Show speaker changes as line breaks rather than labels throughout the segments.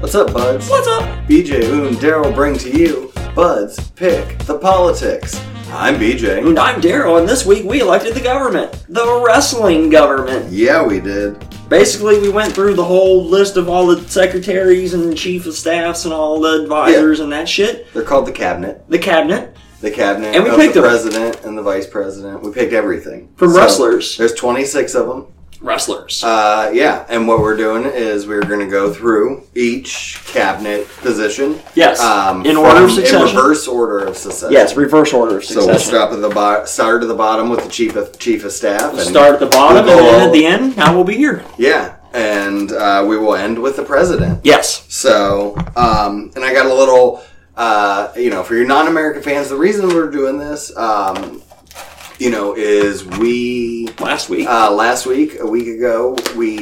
What's up, buds?
What's up?
BJ, Oom, Daryl bring to you Buds Pick the Politics. I'm BJ.
And I'm Daryl, and this week we elected the government. The wrestling government.
Yeah, we did.
Basically, we went through the whole list of all the secretaries and chief of staffs and all the advisors and that shit.
They're called the cabinet.
The cabinet.
The cabinet
And we
of
picked
the
them.
president and the vice president. We picked everything.
From wrestlers.
There's 26 of them.
Wrestlers.
Uh, yeah, and what we're doing is we're going to go through each cabinet position. um,
Yes, in order of succession.
In reverse order of succession.
yes, reverse order of
So we'll
succession.
start at the bo- start at the bottom with the chief of chief of staff. And,
Start at the bottom,
We'll
and
go
then
all-
at the end, I will be here.
Yeah, and uh, we will end with the president.
Yes.
So, um, and I got a little, uh, you know, for your non-American fans, the reason we're doing this, um, you know, is we
Last week.
uh, last week, a week ago, we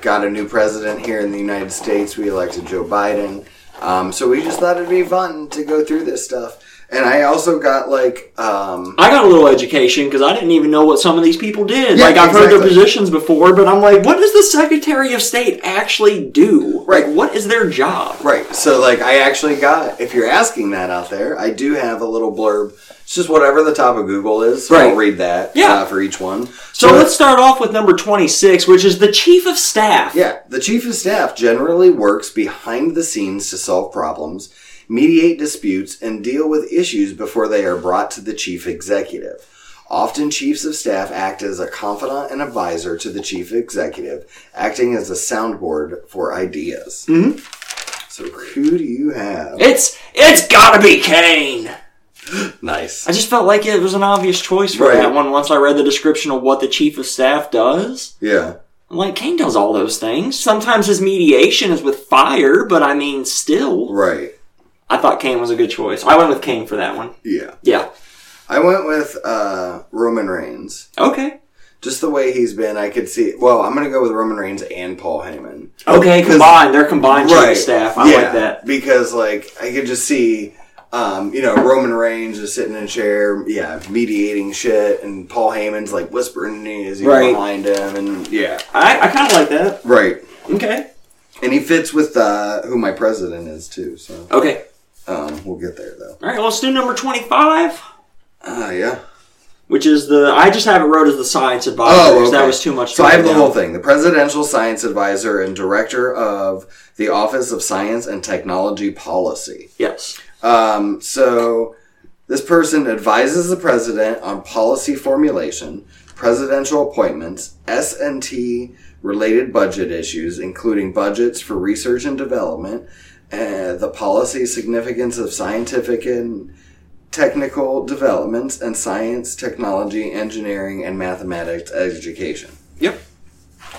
got a new president here in the United States. We elected Joe Biden. Um, so we just thought it'd be fun to go through this stuff. And I also got like, um,
I got a little education because I didn't even know what some of these people did.
Yeah,
like I've heard their
exactly.
positions before, but I'm like, what does the Secretary of State actually do?
Right.
Like, what is their job?
Right. So, like, I actually got, if you're asking that out there, I do have a little blurb. It's just whatever the top of Google is. So I'll
Right.
read that
Yeah.
uh, for each one.
So let's start off with number 26, which is the Chief of Staff.
Yeah. The chief of staff generally works behind the scenes to solve problems, mediate disputes, and deal with issues before they are brought to the chief executive. Often, chiefs of staff act as a confidant and advisor to the chief executive, acting as a soundboard for ideas. Mm-hmm. So, who do you have?
It's it's gotta be Kane.
Nice.
I just felt like it was an obvious choice for
Right.
that one once I read the description of what the Chief of Staff does.
Yeah.
I'm like, Kane does all those things. Sometimes his mediation is with fire, but I mean, still.
Right.
I thought Kane was a good choice. I went with Kane for that one.
Yeah.
Yeah.
I went with uh, Roman Reigns.
Okay.
Just the way he's been, I could see. Well, I'm going to go with Roman Reigns and Paul Heyman.
Okay, combined. They're combined chief of staff. I
yeah,
like that.
Because, like, I could just see, um, you know, Roman Reigns just sitting in a chair, yeah, mediating shit, and Paul Heyman's, like, whispering in his ear
Right.
behind him, and yeah.
I, I kind of like that.
Right.
Okay.
And he fits with uh, who my president is, too, so
Okay.
um, we'll get there, though.
All right, let's do number 25,
Ah, yeah.
which is the. I just have it wrote as the science advisor.
Oh,
'cause That
okay.
was too much. to
So I
write
have the
down.
whole thing. The presidential science advisor and director of the Office of Science and Technology Policy.
Yes.
Um, so this person advises the president on policy formulation, presidential appointments, S and T related budget issues, including budgets for research and development, uh, the policy significance of scientific and technical developments, and science, technology, engineering, and mathematics education.
Yep.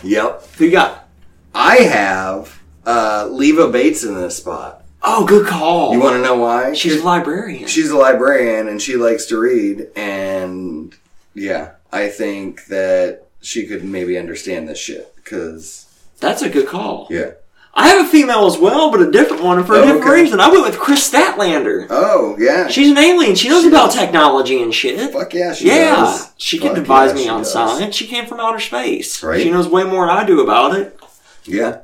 Yep.
Who you got?
I have uh, Leva Bates in this spot.
Oh, good call.
You want to know why?
She's a librarian.
she's a librarian and she likes to read, and yeah, I think that she could maybe understand this shit because
That's a good call.
yeah.
I have a female as well, but a different one and for a
Oh,
different
okay.
reason. I went with Chris Statlander.
Oh yeah.
She's an alien. She knows
She
about
does.
technology and shit.
Fuck yeah, she
yeah,
does.
she can
Fuck
advise
yeah,
me
she
on
does.
science. She came from outer space.
Right.
She knows way more than I do about it.
Yeah,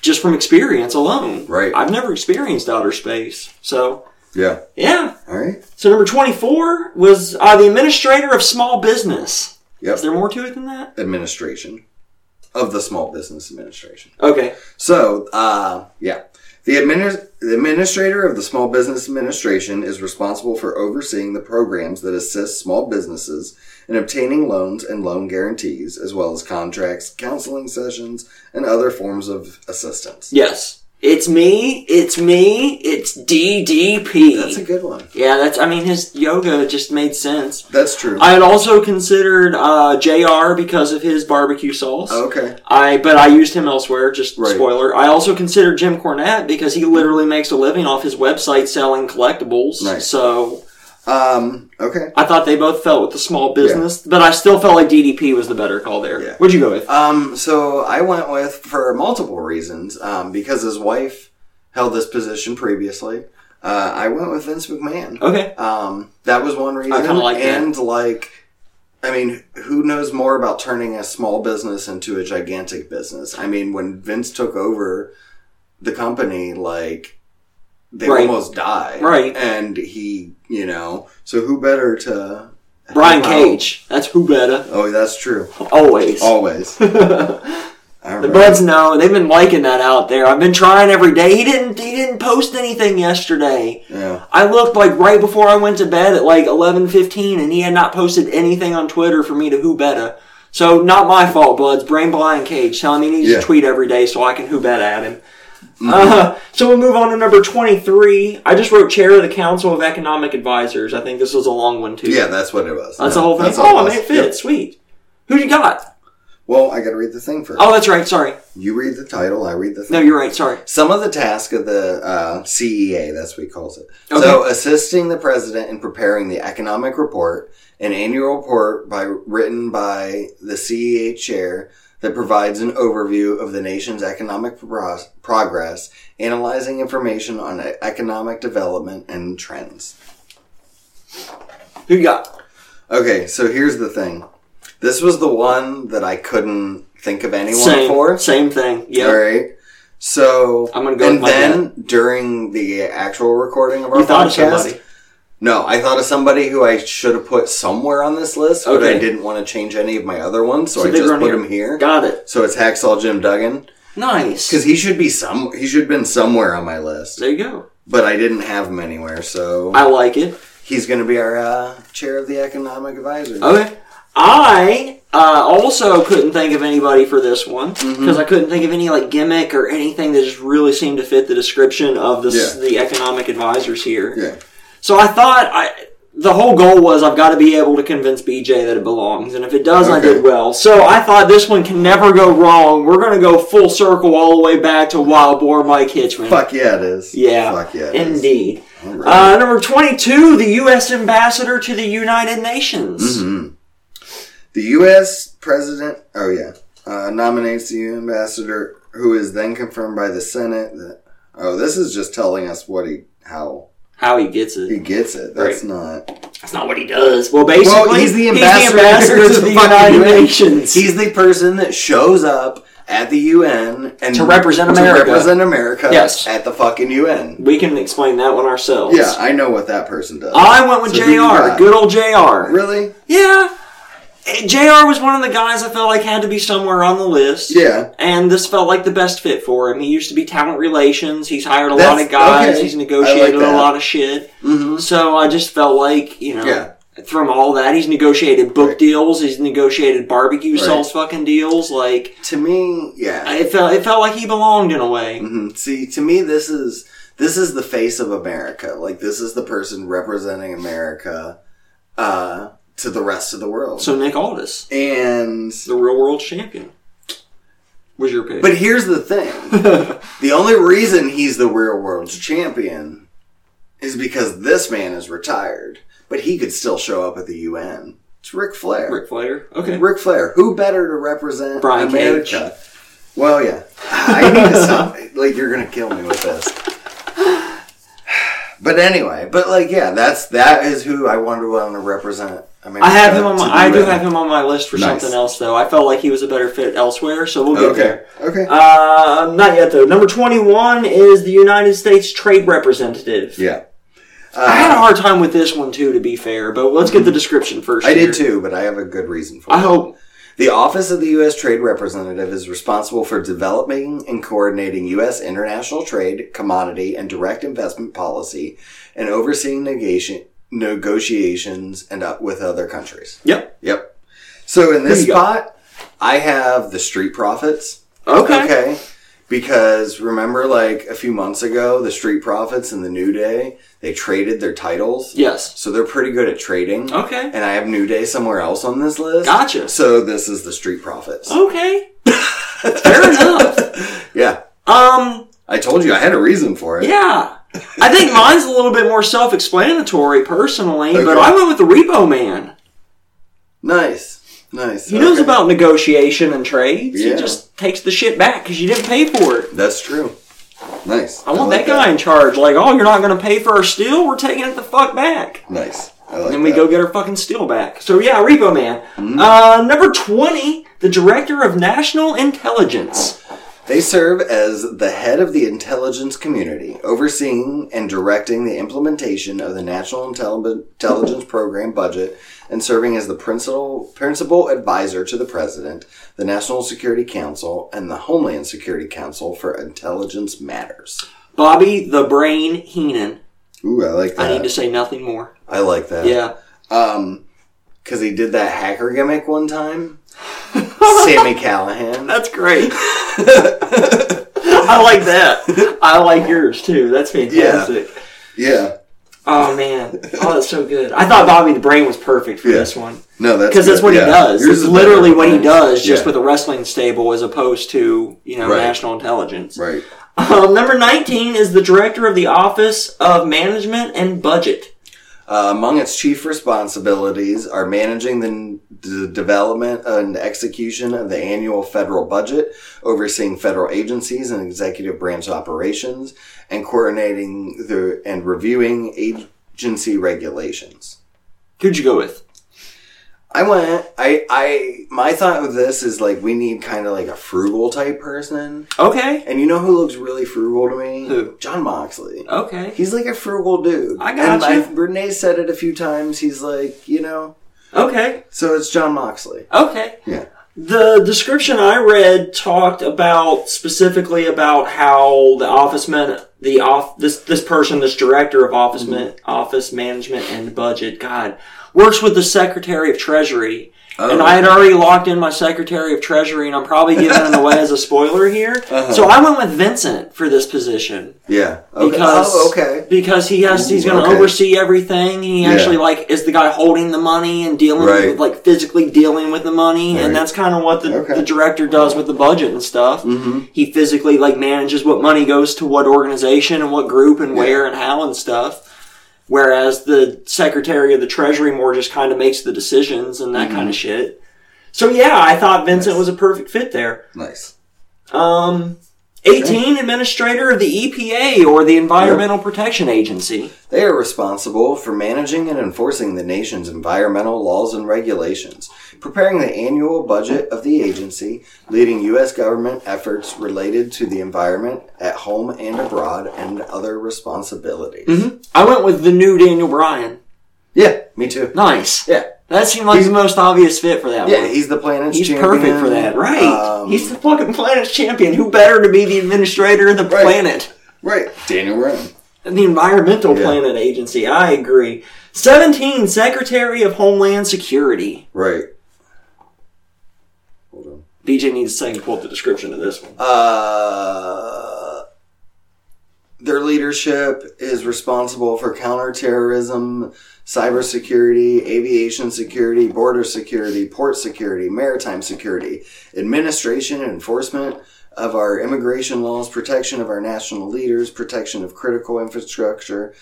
just from experience alone.
Right.
I've never experienced outer space. So,
yeah.
yeah.
All right.
So, number 24 was uh, the administrator of small business.
Yep.
Is there more to it than that?
Administration of the Small Business Administration.
Okay.
So, uh, yeah. The, adminis- the administrator of the Small Business Administration is responsible for overseeing the programs that assist small businesses in obtaining loans and loan guarantees, as well as contracts, counseling sessions, and other forms of assistance.
Yes. It's me. It's me. It's DDP.
That's a good one.
yeah, that's, I mean, his yoga just made sense.
That's true.
I had also considered uh, JR because of his barbecue sauce.
okay.
I but I used him elsewhere. Just
Oh. Right.
spoiler. I also considered Jim Cornette because he literally makes a living off his website selling collectibles.
Right.
So
Um, okay.
I thought they both felt with the small business, but I still felt like DDP was the better call there.
Yeah.
What'd you go with?
Um, so I went with for multiple reasons. Um, because his wife held this position previously. Uh, I went with Vince McMahon.
okay.
Um, that was one reason.
kinda like that.
and like, I mean, who knows more about turning a small business into a gigantic business? I mean, when Vince took over the company like they
Right.
almost die.
Right.
And he, you know, so who better to
Brian
help out?
Cage. That's who better.
Oh, that's true.
Always.
Always.
the
I remember.
buds know. They've been liking that out there. I've been trying every day. He didn't. He didn't post anything yesterday.
Yeah.
I looked like right before I went to bed at like eleven fifteen, and he had not posted anything on Twitter for me to who better. So not my fault, buds. Brain Brian Cage telling me he needs
Yeah. Mm-hmm.
to tweet every day so I can who bet at him. Uh, so we'll move on to number twenty three. I just wrote chair of the Council of Economic Advisors. I think this was a long one too.
Yeah, that's what it was.
That's
Yeah,
the whole thing.
that's all
Oh, I
was.
mean, it
Yep.
fits. Sweet. Who you got?
Well, I gotta read the thing first.
Oh, that's right. Sorry.
You read the title, I read the thing.
No, you're right. Sorry.
Some of the task of the uh, CEA, that's what he calls it.
Okay.
So, assisting the president in preparing the economic report, an annual report by written by the CEA chair that provides an overview of the nation's economic pro- progress, analyzing information on e- economic development and trends.
Who you got?
Okay, so here's the thing. This was the one that I couldn't think of anyone
Same.
for.
Same thing. Yeah.
All right. So
I'm gonna go
And
with my
then during the actual recording of our
You thought of
podcast,
somebody.
no, I thought of somebody who I should have put somewhere on this list, but I
Okay.
didn't want to change any of my other ones, so,
So
I
they
just
run
put
here.
him here.
Got it.
So it's Hacksaw Jim Duggan
Nice.
because he should be some. He should have been somewhere on my list,
there you go.
but I didn't have him anywhere. So
I like it.
he's going to be our uh, chair of the economic advisor.
Okay. I uh, also couldn't think of anybody for this one because
Mm-hmm.
I couldn't think of any like gimmick or anything that just really seemed to fit the description of the s
Yeah.
the economic advisors here.
Yeah.
So I thought I the whole goal was I've got to be able to convince BJ that it belongs, and if it does, I
Okay.
did well. So I thought this one can never go wrong. We're gonna go full circle all the way back to Wild Boar Mike Hitchman.
Fuck yeah, it is.
Yeah,
Fuck yeah, it is.
indeed.
All right.
Uh, number 22, the U.S. Ambassador to the United
Mm-hmm.
Nations.
The U.S. president, oh yeah, uh, nominates the ambassador, who is then confirmed by the Senate. That, oh, this is just telling us what he, how
How he gets it.
he gets it. That's not.
That's not what he does. Well, basically,
he's the ambassador
ambassador
to
to
the
the
fucking
United
UN.
Nations.
He's the person that shows up at the UN and
To represent America.
represent America
Yes.
at the fucking UN.
we can explain that one ourselves.
Yeah, I know what that person does.
I went with
So who you
JR.
got?
Good old JR.
Really?
Yeah. Eh, JR was one of the guys I felt like had to be somewhere on the list.
Yeah.
And this felt like the best fit for him. He used to be talent relations. He's hired a lot
That's-
of guys.
okay.
He's negotiated
I like
a
that.
lot of shit.
Mm-hmm.
So I just felt like, you know,
Yeah.
from all that, he's negotiated book
Right.
deals. He's negotiated barbecue
Right.
sauce fucking deals. Like,
To me, yeah.
it felt, it felt like he belonged in a way.
hmm See, to me, this is this is the face of America. Like this is the person representing America uh, to the rest of the world.
So Nick Aldis,
and
the real world champion, was your pick.
but here's the thing: the only reason he's the real world champion is because this man is retired, but he could still show up at the UN. It's Ric Flair. Ric,
Ric Flair. Okay.
Flair. Who better to represent
Brian Cage.
America? Well, yeah. I need to stop. Like, you're gonna kill me with this. But anyway, but like, yeah, that's that is who I wanted to want to represent. I mean,
I have him on my. I do have
Him.
him on my list for
Nice.
something else though. I felt like he was a better fit elsewhere, so we'll get
Okay.
there.
Okay.
Uh, not yet though. Number twenty-one is the United States Trade Representative.
yeah.
I had a hard time with this one too, to be fair. But let's get the description first.
Mm-hmm. I
here.
did too, but I have a good reason for it.
I hope.
The Office of the U.S. Trade Representative is responsible for developing and coordinating U.S. international trade, commodity, and direct investment policy, and overseeing negation, negotiations and uh, with other countries.
Yep.
Yep. So in this
Who you
spot, I have the Street Profits.
Okay.
Okay. Because remember, like a few months ago, the Street Profits and the New Day, they traded their titles.
Yes.
So they're pretty good at trading.
Okay.
And I have New Day somewhere else on this list.
Gotcha.
So this is the Street Profits.
Okay. fair enough.
Yeah.
Um.
I told you I had a reason for it.
Yeah. I think mine's a little bit more self explanatory personally, but
Okay.
I went with the repo man.
Nice. Nice.
He knows
Okay.
about negotiation and trades.
Yeah.
He just takes the shit back because you didn't pay for it.
That's true. Nice.
I want
like
that guy in charge. Like, oh, you're not going to pay for our steel? We're taking it the fuck back.
Nice. I like
And we
that. Mm-hmm.
go get our fucking steel back. So, yeah, Repo Man. Uh, number 20, the Director of National Intelligence.
They serve as the head of the intelligence community, overseeing and directing the implementation of the National Intelli- Intelligence Program budget and serving as the principal, principal advisor to the President, the National Security Council, and the Homeland Security Council for intelligence matters.
Bobby the Brain Heenan.
Ooh, I like
I
that. I,
need to say nothing more.
like that.
Yeah.
Um, because he did that hacker gimmick one time. Sammy Callahan.
That's great. I like that. I like yours too. That's fantastic.
Yeah.
Oh man. Oh, that's so good. I thought Bobby the Brain was perfect for
Yeah.
this one.
No, that's
Because that's
good.
what
Yeah.
he does.
Yours
it's
is
literally
better.
what he does, just
Yeah.
with a wrestling stable as opposed to, you know,
Right.
national intelligence.
Right.
Um, number 19 is the director of the Office of Management and Budget.
Uh, among its chief responsibilities are managing the, the development and execution of the annual federal budget, overseeing federal agencies and executive branch operations, and coordinating the, and reviewing agency regulations.
Who'd you go with?
I went. I I my thought of this is like we need kind of like a frugal type person,
Okay.
and you know who looks really frugal to me?
Who?
John Moxley.
Okay.
He's like a frugal dude.
I got
and
you.
Oh. I- Renee said it a few times. He's like, you know,
Okay.
so it's John Moxley.
Okay.
Yeah.
The description I read talked about specifically about how the office man, the off this this person, this director of office man, office management and budget, God, works with the secretary of treasury. And I had already locked in my secretary of treasury, and I'm probably giving him away as a spoiler here. So I went with Vincent for this position
Yeah. Okay.
because
oh, okay.
because he has he's going to
okay.
oversee everything. and He
Yeah.
actually like is the guy holding the money and dealing
Right.
with like physically dealing with the money,
Right.
and that's kind of what the,
Okay.
the director does with the budget and stuff.
Mhm.
He physically like manages what money goes to what organization and what group and where and how and stuff. Whereas the secretary of the treasury more just kind of makes the decisions and
Mm-hmm.
that kind of shit. So yeah, I thought Vincent was a perfect fit there.
Nice.
Um, 18, administrator of the EPA or the Environmental Protection Agency.
They are responsible for managing and enforcing the nation's environmental laws and regulations, preparing the annual budget of the agency, leading U.S. government efforts related to the environment at home and abroad, and other responsibilities.
I went with the new Daniel Bryan.
Yeah, me too.
Nice.
Yeah.
That seemed like the most obvious fit for that
Yeah,
one.
he's the planet's
He's
champion.
perfect for that, right?
Um,
he's the fucking planet's champion. Who better to be the administrator of the
Right.
planet?
right. Daniel Ryan.
The Environmental
Yeah.
Planet Agency. I agree. 17, Secretary of Homeland Security.
Right. Hold on.
BJ needs to say and pull up the description of this one.
Uh, their leadership is responsible for counterterrorism, cybersecurity, aviation security, border security, port security, maritime security, administration and enforcement of our immigration laws, protection of our national leaders, protection of critical infrastructure,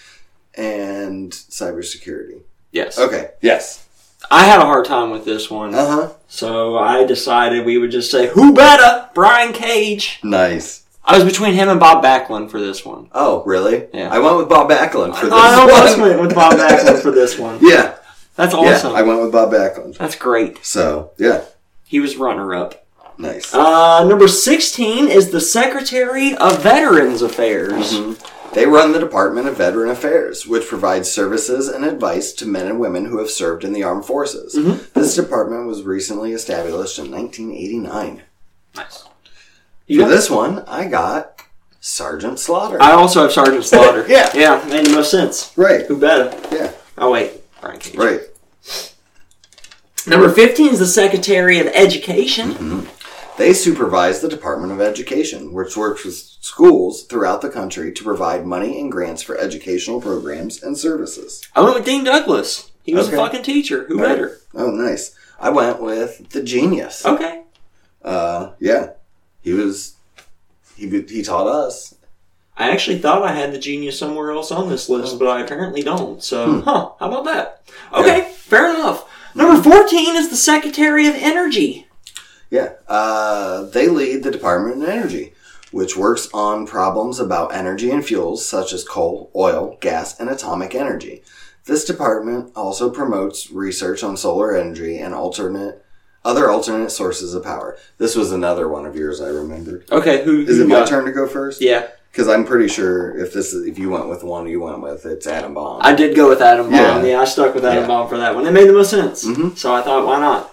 and cybersecurity.
Yes.
Okay. Yes.
I had a hard time with this one.
Uh huh.
So I decided we would just say, who better? Brian Cage.
Nice.
I was between him and Bob Backlund for this one.
Oh, really?
Yeah.
I went with Bob Backlund for this
I almost
one.
went with Bob Backlund for this one.
Yeah.
That's awesome.
Yeah, I went with Bob Backlund.
That's great.
So yeah,
He was runner up.
nice.
Uh, number 16 is the Secretary of Veterans Affairs.
Mm-hmm. They run the Department of Veteran Affairs, which provides services and advice to men and women who have served in the armed forces.
Mm-hmm.
This department was recently established in 1989.
Nice.
For
You got-
this one, I got Sergeant Slaughter.
I also have Sergeant Slaughter.
Yeah.
Yeah, made the most sense.
right.
Who better?
Yeah.
Oh, wait. Brian Cage.
Right.
Number 15 is the Secretary of Education.
Mm-hmm. They supervise the Department of Education, which works with schools throughout the country to provide money and grants for educational programs and services.
I went with Dean Douglas. He was
Okay.
a fucking teacher. Who better?
Oh, nice. I went with the genius.
Okay.
Uh, yeah, he was. He he taught us.
I actually thought I had the genius somewhere else on this list, but I apparently don't. So, huh, how about that? Okay, fair enough. Number 14 is the Secretary of Energy.
Yeah, uh, they lead the Department of Energy, which works on problems about energy and fuels such as coal, oil, gas, and atomic energy. This department also promotes research on solar energy and alternate Other alternate sources of power. This was another one of yours I remembered.
Okay, who
Is
who
it my
got-
turn to go first?
Yeah,
Because I'm pretty sure if this is, if you went with one, you went with it's atom bomb.
I did go with Adam Bomb.
Yeah.
Yeah, Mm-hmm. I stuck with Adam
Yeah.
Bomb for that one. It made the most sense.
Mhm.
So I thought, why not?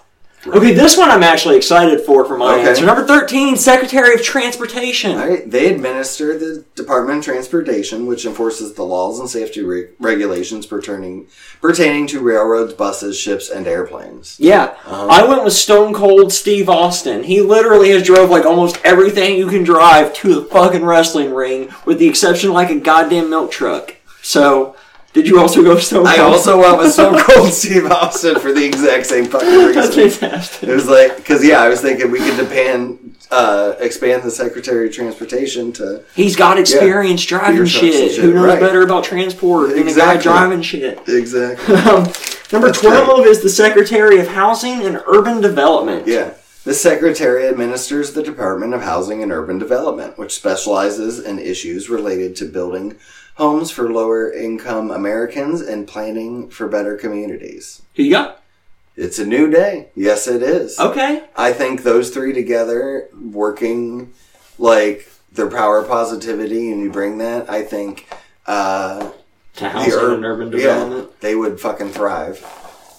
Okay, this one I'm actually excited for for my
Okay.
answer. Number 13, Secretary of Transportation.
All right. They administer the Department of Transportation, which enforces the laws and safety re- regulations pertaining pertaining to railroads, buses, ships, and airplanes.
Yeah,
Uh-huh.
I went with Stone Cold Steve Austin. He literally has drove like almost everything you can drive to the fucking wrestling ring, with the exception of like a goddamn milk truck. So, did you also go Stone Cold?
I also went with Stone Cold Steve Austin for the exact same fucking
That's
reason.
fantastic.
It was like because yeah, I was thinking we could depend, uh, expand the Secretary of Transportation to
He's got experience driving
Beer trucks and
shit.
shit,
Who knows
right.
better about transport than the guy
Exactly.
driving shit?
exactly
Um, number
That's
12 is the Secretary of Housing and Urban Development.
yeah. The Secretary administers the Department of Housing and Urban Development, which specializes in issues related to building homes for lower income Americans and planning for better communities.
Who you got?
It's a new day. Yes, it is.
Okay.
I think those three together working like their power positivity and you bring that, I think uh
To
the
housing
ur-
and urban
yeah,
development.
they would fucking thrive.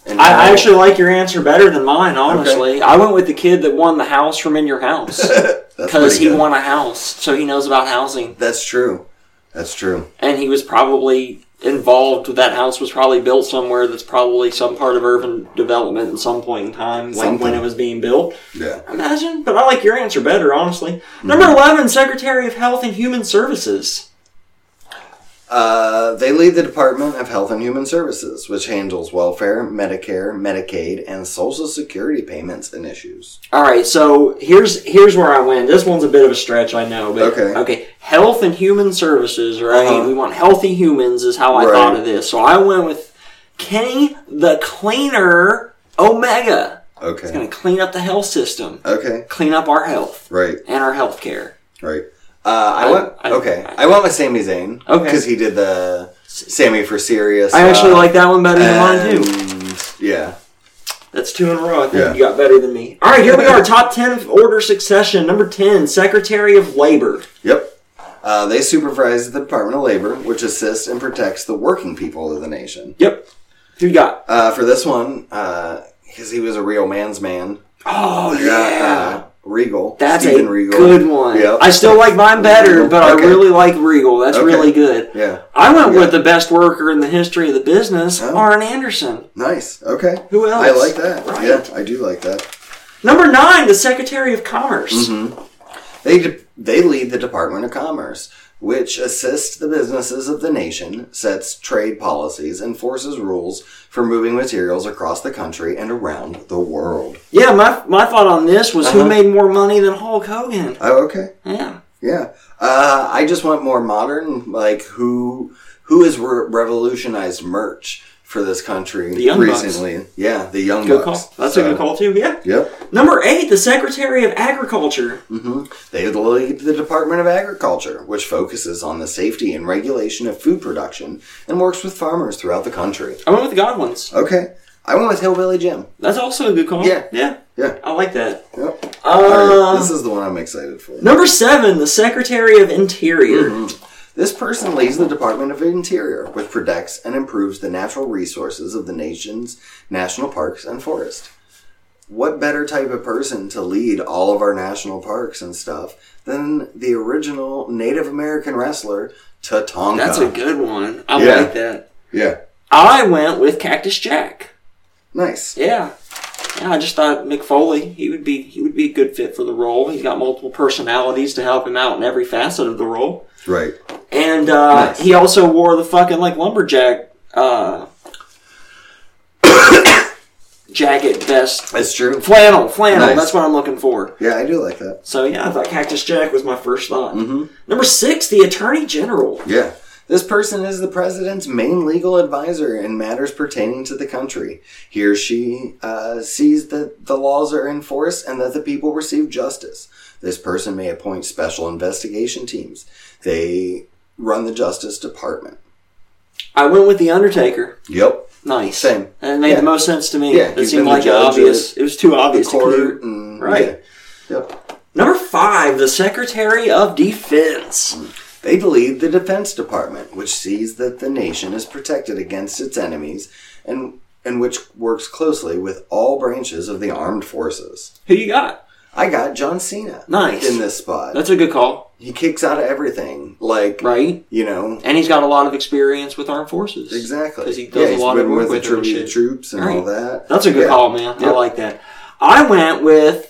And
I, I
now-
actually like your answer better than mine, honestly. I went with the kid that won the house from In Your House
that's
because
pretty
he
good.
won a house, so he knows about housing,
That's true. That's true.
and he was probably involved. with That house was probably built somewhere that's probably some part of urban development at some point in time, like when
Something.
it was being built.
Yeah.
Imagine, but I like your answer better, honestly. Number
Mm-hmm.
eleven, Secretary of Health and Human Services.
Uh, they lead the Department of Health and Human Services, which handles welfare, Medicare, Medicaid, and Social Security payments and issues.
All right, so here's here's where I went. This one's a bit of a stretch, I know, but
Okay.
okay. Health and human services, right?
Uh-huh.
We want healthy humans, is how I
Right.
thought of this. So I went with Kenny the Cleaner Omega. It's
Okay.
going to clean up the health system,
Okay.
clean up our health
Right.
and our health care.
Right. Uh, I,
I-
went
I-
okay.
I-
I, went with Sami Zayn.
Okay.
Because he did the Sammy for serious.
I actually like that one better than mine too.
too. Yeah.
That's two in a row. I think
Yeah.
you got better than me. All right, here we are. Top ten order succession. Number ten, Secretary of Labor.
Yep. Uh, they supervise the Department of Labor, which assists and protects the working people of the nation.
Yep. Who you got?
Uh, for this one, because he was a real man's man,
Oh
I got, uh, Regal.
That's
Steven
a
Regal.
good one.
Yep.
I still like mine better, but I
Okay.
really like Regal. That's
Okay.
really good.
Yeah.
I went
Yeah.
with the best worker in the history of the business,
Oh.
Arn Anderson.
Nice. Okay.
Who else?
I like that.
Right.
Yeah, I do like that.
Number nine, the Secretary of Commerce.
Mm-hmm. They de- they lead the Department of Commerce, which assists the businesses of the nation, sets trade policies, enforces rules for moving materials across the country and around the world.
Yeah, my, my thought on this was who
Uh-huh.
made more money than Hulk Hogan?
Oh, okay.
Yeah.
Yeah. Uh, I just want more modern, like who who has re- revolutionized merch for this country
The Young Bucks.
recently? Yeah, the Young
Good
Bucks.
call. That's
So,
a good call, too. Yeah.
Yep.
Number eight, the Secretary of Agriculture.
hmm They lead the Department of Agriculture, which focuses on the safety and regulation of food production and works with farmers throughout the country.
I went with the Godwins.
Okay. I went with Hillbilly Jim.
That's also a good call.
Yeah.
Yeah.
Yeah.
I like that.
Yep.
Uh,
Alright, this is the one I'm excited for.
Number seven, the Secretary of Interior.
Mm-hmm. This person leads the Department of Interior, which protects and improves the natural resources of the nation's national parks and forest. What better type of person to lead all of our national parks and stuff than the original Native American wrestler Tatanka?
That's a good one. I
Yeah.
like that.
yeah,
I went with Cactus Jack.
nice.
Yeah. Yeah, I just thought Mick Foley, he would be he would be a good fit for the role. He's got multiple personalities to help him out in every facet of the role.
Right.
And uh,
Nice.
he also wore the fucking like lumberjack uh, jacket vest.
That's true.
Flannel, flannel,
Nice.
that's what I'm looking for.
Yeah, I do like that.
So yeah, I thought Cactus Jack was my first thought.
Mm-hmm.
Number six, the Attorney General.
Yeah. This person is the president's main legal advisor in matters pertaining to the country. He or she uh, sees that the laws are enforced and that the people receive justice. This person may appoint special investigation teams. They run the Justice Department.
I went with the Undertaker.
Yep.
Nice.
Same.
And it made
Yeah.
the most sense to me.
Yeah,
it
you've
seemed
been the
like an
judge
obvious. It was too
The
obvious. to
court
clear.
and
Right.
yeah. Yep.
Number five, the Secretary of Defense.
Mm. They believe the Defense Department, which sees that the nation is protected against its enemies and and which works closely with all branches of the armed forces.
Who you got?
I got John Cena.
Nice.
In this spot.
That's a good call,
he kicks out of everything. Like
right?
you know
And he's got a lot of experience with armed forces.
Exactly.
Because he does a
he's
lot of
been
work
with
with
the
them and
tribute
shit.
troops and all
Right.
that.
That's a good
Yeah.
call, man. I
Yep.
like that. I went with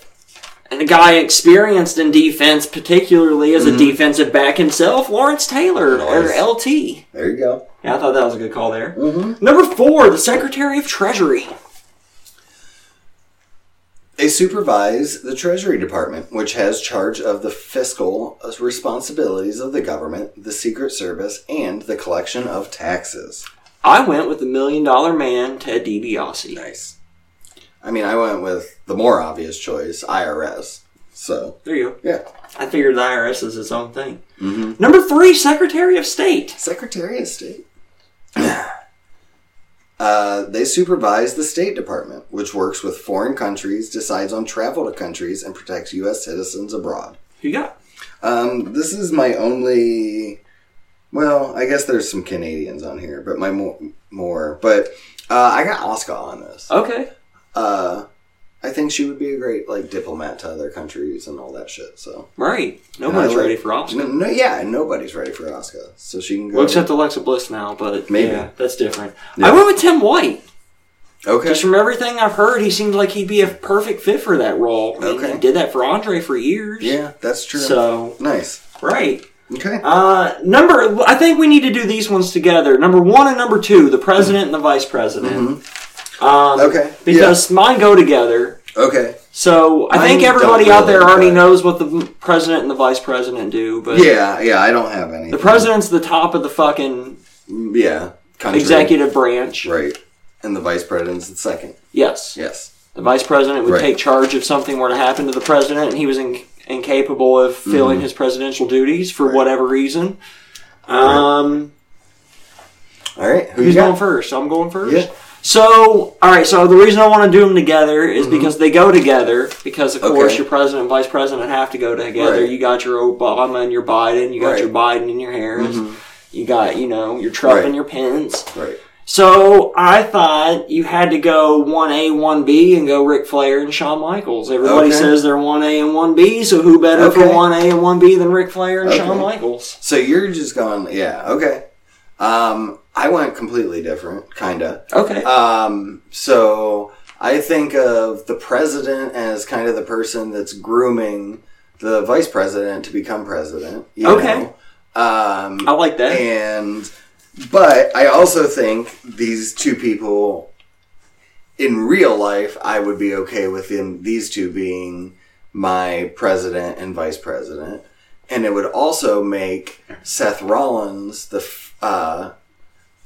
a guy experienced in defense, particularly as a defensive back himself, Lawrence Taylor,
Mm-hmm. Nice.
or LT.
There you go.
Yeah, I thought that was a good call there.
Mm-hmm.
Number four, the Secretary of Treasury.
They supervise the Treasury Department, which has charge of the fiscal uh, responsibilities of the government, the Secret Service, and the collection of taxes.
I went with the Million Dollar Man, Ted DiBiase.
Nice. I mean, I went with the more obvious choice, IRS. So,
There you go.
yeah.
I figured the IRS is its own thing.
Mm-hmm.
Number three, Secretary of State.
Secretary of State. uh, they supervise the State Department, which works with foreign countries, decides on travel to countries, and protects U.S. citizens abroad.
Who you got?
Um, this is my only. Well, I guess there's some Canadians on here, but my more, more. But uh, I got Oscar on this.
Okay.
Uh, I think she would be a great like diplomat to other countries and all that shit. So
Right.
And I
Nobody's
like-
ready for Oscar.
No, no, yeah, and nobody's ready for Oscar, so she can go.
Well, except Alexa Bliss now, but
Maybe.
yeah, that's different.
Yeah.
I went with Tim White.
okay,
Just from everything I've heard, he seemed like he'd be a perfect fit for that role. I mean,
Okay.
He did that for Andre for years.
yeah, that's true.
So,
nice.
right.
Okay.
Uh, number, I think we need to do these ones together. Number one and number two, the president and the vice president.
Mm-hmm.
Um,
Okay.
Because mine go together.
Okay.
So I
Mine
think everybody
don't
out there
really,
already
but-
knows what the president and the vice president do, but
Yeah, yeah, I don't have any. Mm,
the president's the top of the fucking
Yeah. Country.
executive branch.
Right. And the vice president's the second.
Yes.
Yes.
the vice president would
Right.
take charge if something were to happen to the president and he was in, incapable of filling
Mm-hmm.
his presidential duties for whatever reason. Um,
All right. Who
Who's
you got?
going first? I'm going first.
Yeah.
So, all right. So the reason I want to do them together is because they go together. Because of course,
Mm-hmm. Okay.
your president and vice president have to go together.
Right.
You got your Obama and your Biden. You got
Right. Mm-hmm.
your Biden and your Harris. You got you know your Trump
Right.
and your Pence.
Right.
So I thought you had to go one A, one B, and go Ric Flair and Shawn Michaels. Everybody
Okay.
says they're one A and one B, so who better for
Okay.
one A and one B than Ric Flair and Shawn
Okay.
Michaels?
So you're just going, yeah, okay. Um, I went completely different, kind of.
Okay,
Um, so I think of the president as kind of the person that's grooming the vice president to become president. you
Okay.
know? Um,
I like that.
and but I also think these two people in real life, I would be okay with them these two being my president and vice president, and it would also make Seth Rollins the f- uh,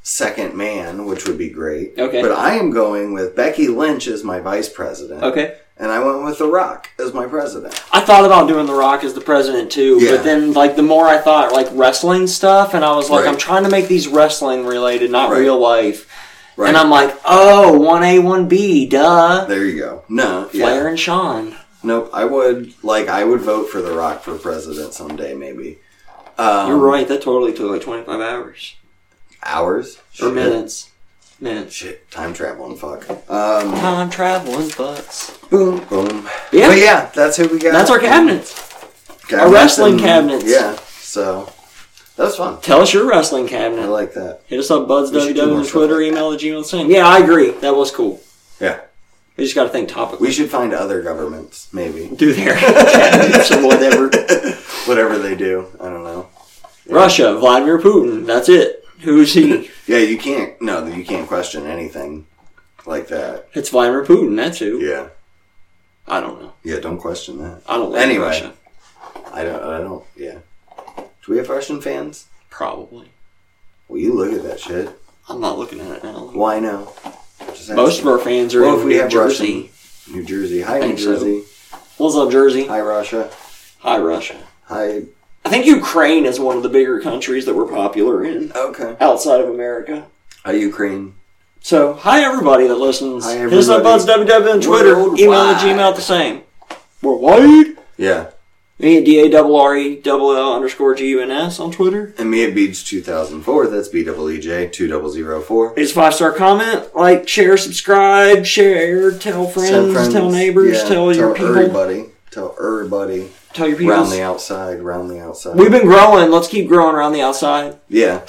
second man, which would be great.
Okay.
but I am going with Becky Lynch as my vice president.
Okay,
and I went with The Rock as my president.
I thought about doing The Rock as the president too,
Yeah.
but then like the more I thought like wrestling stuff, and I was like,
Right.
I'm trying to make these wrestling related, not
Right.
real life.
Right
And I'm like, oh, one A, one B, duh.
there, you go. No, yeah.
Flair and Shawn.
Nope, I would like I would vote for The Rock for president someday, maybe. Um,
You're right. That totally took like 25 hours
Hours
or
Shit.
minutes. Minutes.
Shit, time traveling. Fuck. Um,
Time traveling butts.
boom, boom.
Yeah.
but yeah, that's who we got.
That's our cabinets.
Cabinets
wrestling cabinets.
Yeah, so that was fun.
Tell us your wrestling
I
cabinet.
like that.
Hit us up, buds,
We should do
www,
more
on
stuff
Twitter,
like
email, at gmail, same. Yeah, I agree. That was cool.
Yeah,
We just got to think topically.
we should find other governments, maybe
Do their cabinets or whatever.
whatever they do. I don't know.
Russia, Vladimir Putin. That's it. Who's he?
Yeah, you can't. No, you can't question anything like that.
It's Vladimir Putin. That's who.
Yeah,
I don't know.
yeah. Don't question that.
I don't like
Anyway.
Russia.
I don't. I don't. Yeah. Do we have Russian fans?
Probably.
Will you look at that shit?
I'm not looking at it now.
Why no? Just
Most of
asking.
our fans are
Well,
in
if we
New
have
Jersey.
Russian, New Jersey. Hi, New
Think so.
Jersey.
What's up, Jersey?
Hi, Russia.
Hi, Russia.
Hi.
I think Ukraine is one of the bigger countries that we're popular in
Okay.
outside of America.
Hi, Ukraine.
So, hi everybody that listens.
Hi,
Hit us up on WW and Twitter.
Worldwide.
Email and Gmail the same. We're wide.
Yeah.
Me at D A double R E double L underscore G U N S on Twitter.
And me at Beach 2004. That's B double E J 2004.
It's five star comment. Like, share, subscribe, share, tell friends,
Send
tell neighbors,
Yeah,
tell, your people,
everybody. Tell everybody.
tell your
Round the
people.
outside. Round the outside.
We've been growing. Let's keep growing around the outside.
yeah.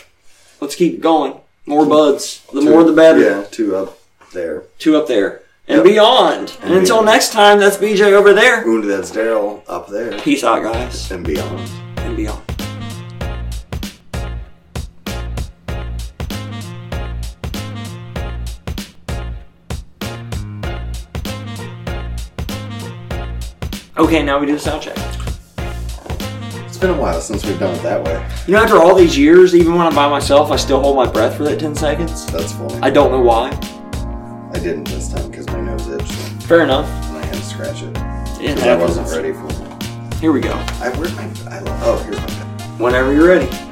Let's keep going. More buds. The more, the better.
Yeah. Two up there.
Two up there and
Yep.
beyond. And
And
until
beyond.
next time, that's BJ over there.
Wounded. That's Daryl up there
Peace out, guys,
and beyond.
and beyond. Okay, now we do the sound check.
It's been a while since we've done it that way.
You know, after all these years, even when I'm by myself, I still hold my breath for that 10 seconds.
That's funny.
I
I,
don't know why.
didn't this time because my nose itched
Fair enough.
and I had to scratch it.
It
'Cause I
happens.
wasn't ready for it.
Here we go.
I where's my? I, oh, here's my.
Whenever you're ready.